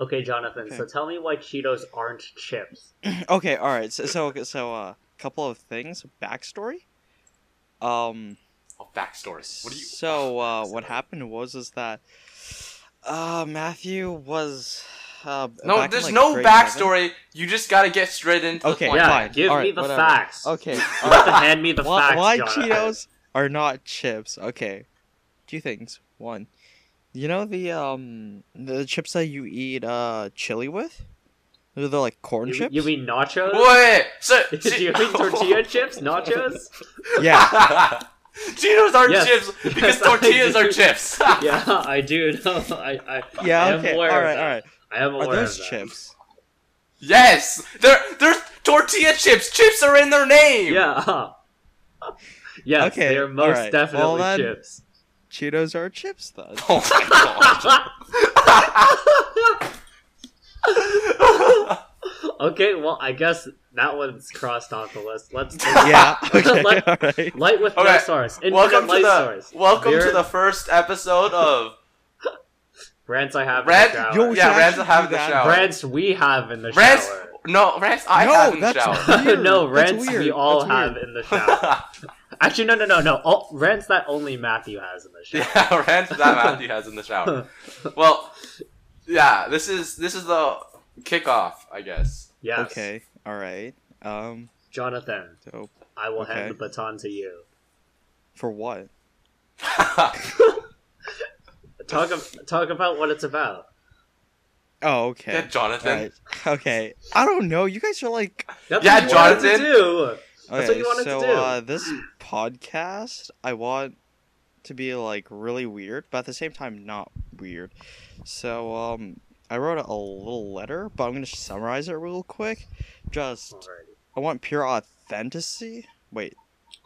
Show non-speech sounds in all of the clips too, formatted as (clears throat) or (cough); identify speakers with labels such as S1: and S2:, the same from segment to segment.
S1: Okay, Jonathan. So
S2: Okay.
S1: tell me why Cheetos aren't
S2: (laughs)
S1: chips.
S2: okay, all right. So so okay, so uh, couple of things backstory. Um.
S3: Oh, backstory. What do you? (sighs)
S2: So uh, what
S3: backstory.
S2: happened was is that uh, Matthew was uh,
S3: No,
S2: back in,
S3: there's
S2: like,
S3: no
S2: grade seven-
S3: backstory. You just gotta get straight into
S2: Okay,
S3: the point.
S1: yeah,
S2: fine.
S1: give
S2: All
S1: me
S2: right,
S1: the
S2: whatever.
S1: facts. (laughs)
S2: Okay.
S1: You
S2: all
S1: have
S2: right.
S1: to hand me the
S2: why
S1: facts,
S2: why
S1: Jonathan.
S2: Cheetos are not chips? Okay, two things. One, you know the um the chips that you eat uh chili with. They're they're like corn
S1: You,
S2: chips.
S1: you mean nachos?
S3: Wait, so
S1: (laughs) Do you mean tortilla chips? Nachos?
S2: Yeah.
S3: (laughs) Cheetos aren't
S1: Yes. (laughs)
S3: chips because
S1: Yes, I
S3: tortillas
S1: do.
S3: are chips. (laughs)
S1: Yeah, I do. (laughs) No, I, I, I (laughs)
S2: Yeah.
S1: am
S2: Okay. All
S1: aware of
S2: right.
S1: that.
S2: All right.
S1: I am aware
S2: Are
S1: of
S2: those
S1: that.
S2: chips?
S3: Yes, they're they're tortilla chips. Chips are in their name.
S1: Yeah. (laughs) uh-huh. yes,
S2: Okay,
S1: they are most
S2: alright.
S1: definitely
S2: Well, then-
S1: chips. (laughs)
S2: Cheetos are chips, then.
S3: (laughs) Oh my god.
S1: okay, well, I guess that one's crossed off the list. Let's
S3: (laughs)
S2: yeah. (laughs) Okay.
S1: Like-
S2: all right.
S1: light with
S3: Okay,
S1: no source. (laughs) Infinite
S3: welcome to
S1: light
S3: the
S1: source.
S3: welcome
S1: There-
S3: to the first episode of
S1: rants I have
S3: Rant-
S1: in the shower.
S2: Yo, we
S3: Yeah,
S2: should
S3: Reds
S2: actually
S3: have
S2: do
S3: the
S2: that.
S3: shower.
S1: rants we have in the
S3: Rants.
S1: shower.
S3: No, Rants. I
S2: no,
S3: haven't
S2: that's (laughs)
S3: showered.
S2: Weird.
S1: Oh, no,
S2: that's
S1: rants
S2: weird.
S1: we all
S2: that's
S1: have
S2: Weird.
S1: in the shower. (laughs) Actually, no, no, no, no. All, rants that only Matthew has in the shower.
S3: (laughs)
S2: (laughs)
S3: yeah,
S1: (laughs)
S3: rants that Matthew has in the shower. Well, yeah, this is this is the kickoff, I guess. (laughs)
S1: Yes.
S2: Okay. All right. Um.
S1: Jonathan,
S2: So
S1: I will
S2: Okay.
S1: hand the baton to you.
S2: for what?
S1: Talk, ab- talk about what it's about.
S2: Oh,
S3: yeah,
S2: okay. All
S3: Jonathan.
S2: right. Okay. I don't know. You guys are like
S1: That's
S3: Yeah,
S1: what you wanted to
S3: Jonathan.
S1: do.
S2: Okay,
S1: That's what you wanted to
S2: so,
S1: do.
S2: Uh, this podcast, I want to be like really weird, but at the same time, not weird. So, um, I wrote a little letter, but I'm gonna summarize it real quick. Just,
S1: Alrighty.
S2: I want pure authenticity. Wait,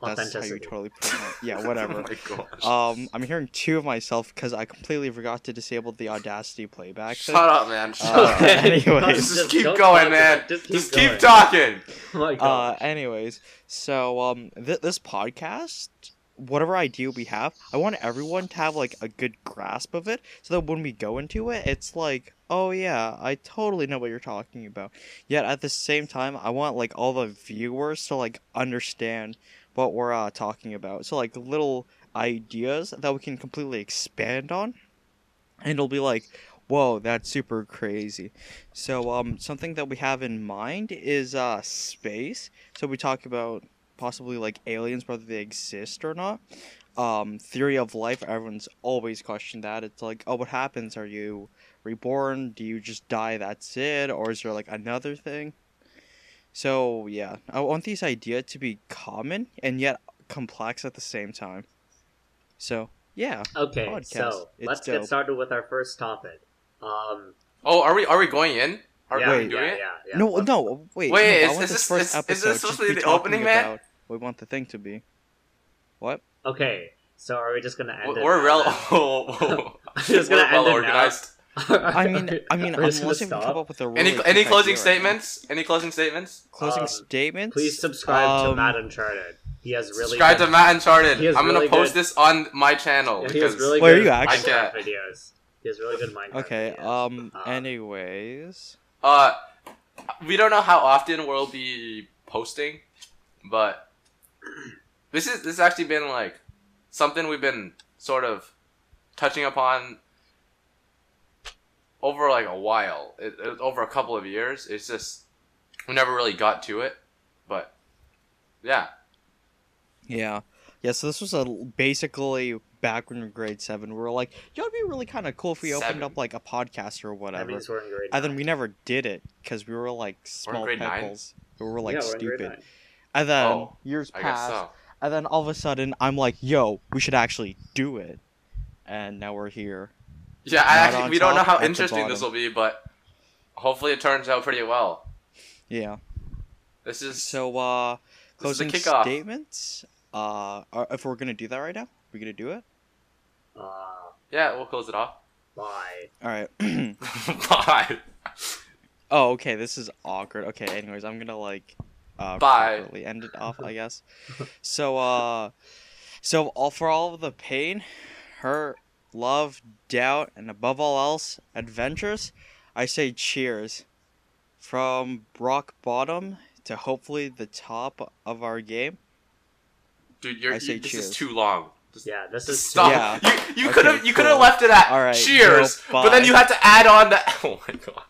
S2: that's how you
S1: Authenticity.
S2: totally pronounce. Yeah,
S3: (laughs)
S1: (laughs)
S3: oh
S2: whatever.
S3: my gosh.
S1: Uh,
S2: um, I'm hearing two of myself because I completely forgot to disable the Audacity playback.
S3: Shut up, man. Shut
S2: Uh, (laughs)
S3: up.
S2: anyways.
S3: (laughs) Just
S1: Just
S3: keep
S1: don't
S3: going,
S1: talk
S3: man.
S1: about- just keep
S3: Just keep
S1: going.
S3: talking.
S1: Oh (laughs) my
S2: uh
S1: god.
S2: anyways so um th- this podcast whatever idea we have i want everyone to have like a good grasp of it so that when we go into it it's like oh yeah i totally know what you're talking about yet at the same time i want like all the viewers to like understand what we're uh, talking about so like little ideas that we can completely expand on and it'll be like whoa that's super crazy so um something that we have in mind is uh space. So we talk about possibly like aliens whether they exist or not. Um theory of life everyone's always questioned that. It's like, oh what happens? Are you reborn? Do you just die? That's it? Or is there like another thing? So yeah, I want these ideas to be common and yet complex at the same time. So yeah,
S1: okay,
S2: Uh, podcast.
S1: so
S2: It's
S1: let's
S2: dope.
S1: get started with our first topic. Um,
S3: Oh, are we are we going in? Are
S1: yeah,
S3: we
S2: Wait.
S3: doing
S1: yeah,
S3: it?
S1: yeah, yeah.
S2: no,
S1: Let's-
S2: no, wait.
S3: Wait,
S2: no, I
S3: is-
S2: want
S3: is this-
S2: first
S3: is- is this
S2: episode
S3: supposed to
S2: just
S3: be the
S2: talking
S3: opening, man?
S2: about What we want the thing to be.
S1: (laughs)
S2: What?
S1: Okay, so are we just gonna end it?
S3: We're
S1: now (laughs)
S3: rel-
S1: then?
S3: (laughs) I'm
S1: I'm just gonna end
S3: well
S1: it now.
S3: organized.
S2: I
S1: (laughs)
S2: mean, I mean,
S1: We're just gonna
S2: unless if we
S1: stop.
S2: come up with a really
S3: Any
S2: quick
S3: any
S2: idea
S3: closing
S2: right now.
S3: statements? Any closing statements?
S2: Closing
S1: Um,
S2: statements.
S1: Please subscribe to
S2: Um,
S1: Matt Uncharted. He has really
S3: Subscribe
S1: good,
S3: to Matt Uncharted.
S1: He is
S3: I'm gonna
S1: really
S3: post
S1: good-
S3: this on my channel
S1: yeah, he
S3: because
S1: has really
S2: Wait, are
S1: good
S2: you actually-
S1: Minecraft videos. He has really good Minecraft.
S2: Okay.
S1: videos.
S2: Um.
S1: Uh,
S2: Anyways.
S3: uh, we don't know how often we'll be posting, but this is this has actually been like something we've been sort of touching upon over like a while, it, it- over a couple of years. It's just we never really got to it, but yeah,
S2: Yeah. Yeah. So this was a l- basically back when we were grade seven. We were like, "Yo, it'd be really kind of cool if we
S3: Seven.
S2: opened up like a podcast or
S1: that
S2: whatever."
S1: means we're in grade.
S2: and then
S1: nine.
S2: we never did it because we were like small
S3: grade nine?
S2: pickles. We were like
S1: yeah, we're in grade
S2: stupid.
S1: nine.
S2: And then
S3: Oh,
S2: years
S3: I guess
S2: passed,
S3: so.
S2: and then all of a sudden, I'm like, "Yo, we should actually do it," and now we're here.
S3: Yeah,
S2: Not
S3: I
S2: on
S3: actually, we don't know
S2: top,
S3: how
S2: at the
S3: interesting this will
S2: bottom.
S3: be, but hopefully it turns out pretty well.
S2: Yeah.
S3: This is
S2: So, uh,
S3: This is the
S2: closing
S3: kickoff.
S2: statements. Uh, are- if we're gonna do that right now, we gonna do it.
S1: Uh,
S3: yeah, we'll close it off.
S1: bye.
S2: All right. (clears throat)
S3: Bye.
S2: oh, okay. This is awkward. Okay. Anyways, I'm gonna like, uh,
S3: Bye.
S2: properly end it off, I guess. So, uh, so all for all of the pain, hurt, love, doubt, and above all else, adventures. I say cheers. From rock bottom to hopefully the top of our game.
S3: Dude, you're,
S2: I say
S3: you, this
S2: cheers.
S3: is too long. Just,
S1: Yeah, this
S3: just
S1: is
S3: stop.
S2: Yeah.
S3: You, you
S2: Okay,
S3: could have you could have
S2: cool.
S3: left it at
S2: All right,
S3: cheers,
S2: well,
S3: but then
S2: bye.
S3: you had to add on the. (laughs) Oh my god.